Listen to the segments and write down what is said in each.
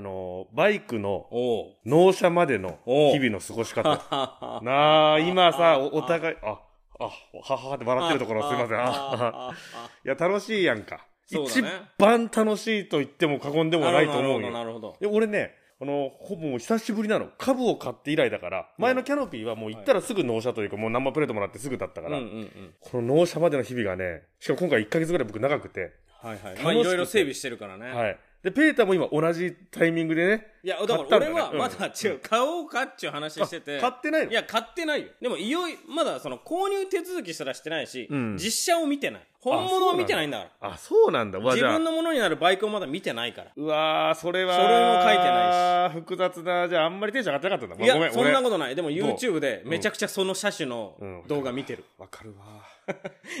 の、バイクのおう。納車までのお日々の過ごし方。ななあ、今さ、おお互い、あ、あ、はははって笑ってるところすいません。ああああいや、楽しいやんか。そうだ一ね番楽しいと言っても過言で もないと思うなるほど、よ。なるほど。で俺ね、あの、ほぼもう久しぶりなの。株を買って以来だから、前のキャノピーはもう行ったらすぐ納車というか、もう生プレートもらってすぐだったかうんうら、んうん。この納車までの日々がね、しかも今回1ヶ月ぐらい僕長くて、はいはい楽しく。てまあ、いろいろ整備してるからね。はい。で、ペーターも今同じタイミングでね、いや、だか買ったんらだ俺ねはうんまだ違う、買おうかっていう話してて。あ買ってないのいや、買ってないよ。でも、いよい、まだその購入手続きすらしてないし、うん実車を見てない。本物を見てないんだから。あ、そうなんだ。うわ自じゃあ分のものになるバイクをまだ見てないから。うわー、それは。書類も書いいし。て複雑な、じゃああんまりテンション上がってなかったんだ。いまあごめや、ん、そんなこことない。でも YouTube でめちゃくちゃその車種のうん動画見てる。と。わかるわ。あ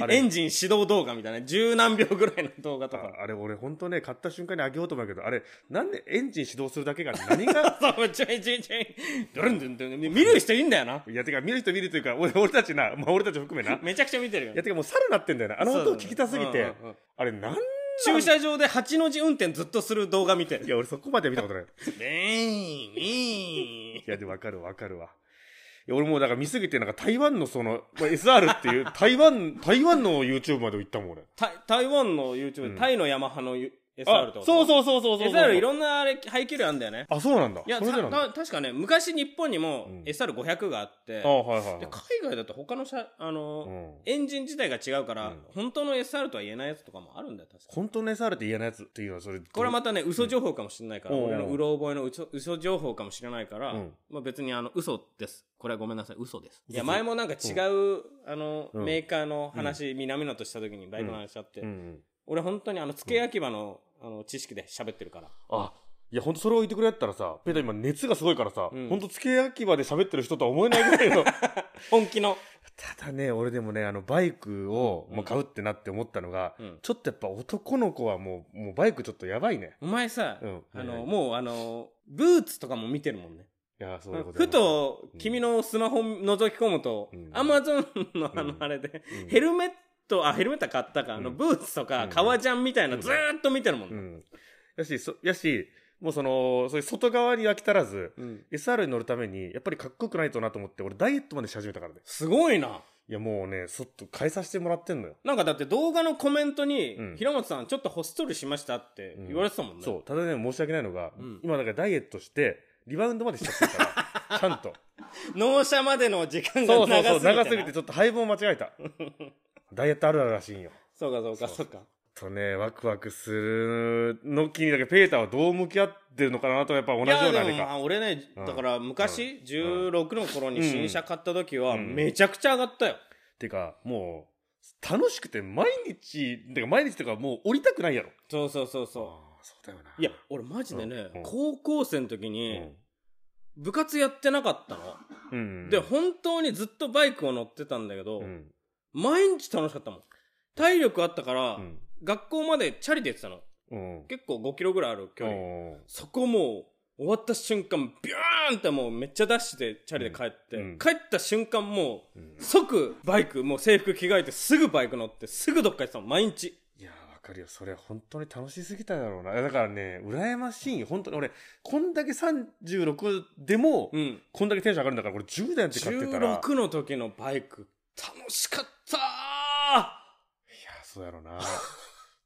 エれ、ンジン始動動画みたいな、十何秒ぐらいの動画とか。、ああれ俺ほんとね、買った瞬間にあげようと思うけど、あれ、なんでエンジン始動するだけが何が そう、ちょいちょいちょい。ドルンドルンドルン。見る人いいんだよな。いや、てか見る人見るというか、俺俺たちな、まあ俺たち含め な。いめちゃくちゃ見てるよや、。てかもう猿なってんだよな。あの音を聞きたすぎそうだてねうんうんうん、あれなん駐車場で八の字運転ずっとする動画見ている。や、俺そこまで見たことない。でーん、いみや、でもわかるわかるわ。いや俺もうだから見すぎて、なんか台湾のその、まあ SR っていう、台湾、台湾の YouTube まで行ったもん俺。ーん。台湾の YouTube、うんタイのヤマハの U- SR あとか。そううそうそうそうそうそう。 SR いろんなあれ、排気量あんだよね。あ、そうなんだ。いや、それでなたんだ。た確かね、昔日本にもうん SR500 があって、あ、はいはい、はいで海外だと他の車、あの、うん。エンジン自体が違うから、うん本当の SR とは言えないやつとかもあるんだよ、確か本当の SR って嫌なやつっていうのはそれ。これはままたね、嘘情報かもしれないから、うん俺のうろ覚えの嘘嘘情報かもしれないから、うんまあ別にあの、嘘です。これはごめんなさい、嘘です。いや、嘘前もなんか違う、あの、うんメーカーの話、南野とした時にバイクの話しちゃって、うんうん。俺本当にあの、付け焼き場の、あの、知識で喋ってる から。あ、いや、本当それを言ってくれやったらさ、ペーター今熱がすごいからさ、うん本当付け焼き場で喋ってる人とは思えないぐらい の。本気の。ただね、俺でもね、あの、バイクを、うんまあ、買うってなって思ったのが、うんちょっとやっぱ男の子はもう、もうバイクちょっとやばいね。お前さ、うんあはいはの、いもうあの、ブーツとかも見てるもんね。いや、そういうことふ、と、君のスマホ覗き込むとうん、アマゾンのあのう、んあれで、うんヘルメット、あ、ヘルメットは買ったか、あの、うんブーツとうかん、革ジャンみたいな、うんずーっと見てるもんうね。ん。やし、そやし、もうその、そういう外側に飽き足らず、うん SR に乗るために、やっぱりかっこよくないとなと思って、俺ダイエットまでし始めたからね。すごいな。いや、もうね、そっと変えさせてもらってんのよ。なんかだって動画のコメントにうん、平本さんちょっとほっそりしましたって言われてたもんね。そう。ただね、申し訳ないのが、うん今なんかダイエットして、リバウンドまでしちゃってる から、ちゃんと。納車までの時間がそうそうそ長う、すぎてな。長すぎてちょっと配分を間違えた。ダイエットあるあるらしいんよ。そうかそうかそうか。とね、ワクワクするの気にだけペーターはどう向き合ってるのかなと、やっぱ同いじよやうなであれもまか。あ俺ね、うんだから昔、16の頃に新車買った時は、うんめちゃくちゃ上がったよ。てか、もう、楽しくて毎日、てか毎日とかもう降りたくないやろ。そうそうそうあそーそうだよな。う。いや、俺マジでね、うん高校生の時うに、ん、部活やってなかったの。うん。で、本当にずっとバイクを乗ってたんだけど、うん、毎日楽しかったもん。体力あったから、うん。学校までチャリで行ってたの。うん。結構5キロぐらいある距離。うんそこもう、終わった瞬間、ビューンってもうめっちゃダッシュでチャリで帰って、うん帰った瞬間もう、うん即バイク、もう制服着替えてすぐバイク乗って、すぐどっか行ってたの、毎日。いやーわかるよ。それは本当に楽しすぎただろうな。いやだからね、羨ましいよ。本当に俺、こんだけ36でも、うん。こんだけテンション上がるんだから、これ10代って買ってたら。いやー、 16の時のバイク、楽しかったーそうだろうな。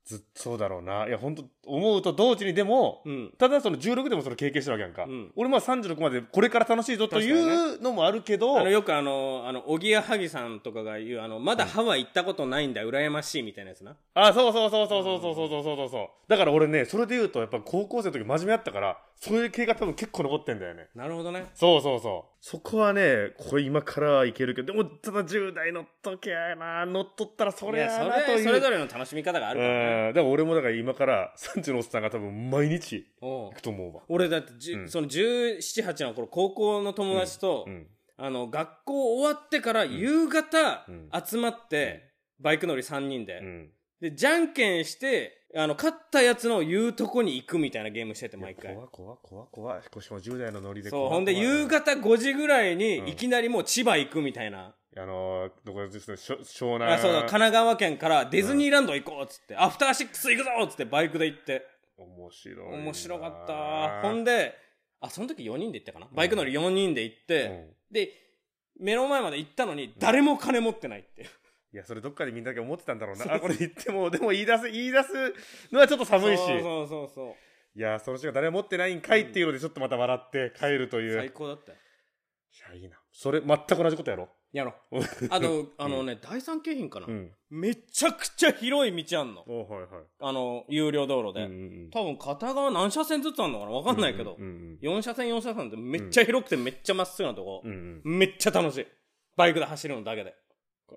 ずっとそうだろうな。いや、本当思うと同時にでも、うん。ただその16でもそれ経験してるわけやんか。うん俺まあ36までこれから楽しいぞというのもあるけど、あのよくあの、あの、おぎやはぎさんとかが言う、あの、まだハワイ行ったことないんだ、羨ましいみたいなやつな。あ、そうそうそうそうそうそうそうそうそうそう。だから俺ね、それで言うと、やっぱ高校生の時真面目やったから、そういう経過多分結構残ってんだよね。なるほどね。そうそうそう。そこはね、これ今からはいけるけど、でも、ただ10代乗っときゃな、乗っとったらそそれれやそなという。れ、それぞれの楽しみ方があるからね。うん。だから俺もだから今から、産地のおっさんが多分毎日おう行くと思うわ。俺だってじゅ、うんその17、8の頃、高校の友達と、うん。あの、学校終わってから夕方うん集まって、バイク乗り3人で、うん。で、じゃんけんして、あの、勝ったやつの言うとこに行くみたいなゲームしてて、毎い回や。怖い怖い怖い怖い。しかも10代のノリでそ怖う、いほんで、怖い夕方5時ぐらいうんに、いきなりもう千葉行くみたいな。あのー、どこですかしょ湘南。あそうだ神奈川県からディズニーランド行こうっつって、アフターシックス行くぞっつってバイクで行って面白いな。面白かったほんであ、その時4人で行ったかなバイク乗り4人で行って、うんで、目の前まで行ったのに、誰も金持ってないっていう。いや、それどっかでみんなが思ってたんだろうな。あ、これ言っても、でも言い出す、言い出すのはちょっと寒いし。そうそうそうそう。いや、その人が誰も持ってないんかいっていうので、ちょっとまた笑って帰るという。最い高だったよ。や、いいな。それ、全く同じことやろ。やろ う。あと、あのね、第三京浜かな、うん。めちゃくちゃ広い道あんの。おはいはあの、有料道路い。で。うんうん多分片側何車線ずつあんのかなわかんないけど、うんうん4車線4車線ってめっちゃ広くてめっちゃまっすぐなとこう、んうん。めっちゃ楽しい。バイクで走るのだけで。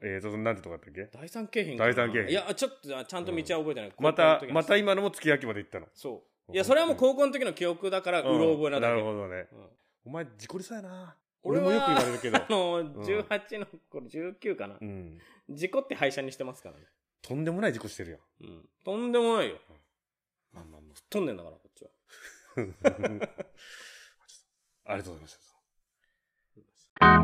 えーと、なんてとこだったっけ第三京浜かな第三京浜いや、ちょっとあちゃんと道は覚えてない。ま高校のた時、のまた今のも月焼きまで行ったの。そう。いや、それはもう高校の時の記憶だから、うろ覚えなだなけ。るほどね。うんお前、自己りさやな。俺俺はもよく言われるけどあ。の、ん18の頃、19かなう。ん。事故って廃車にしてますからね。とんでもない事故してるよ。うん。とんでもないよ。まあまあま吹っ飛んでんだから、こっちは。 あ。ありがとうございました。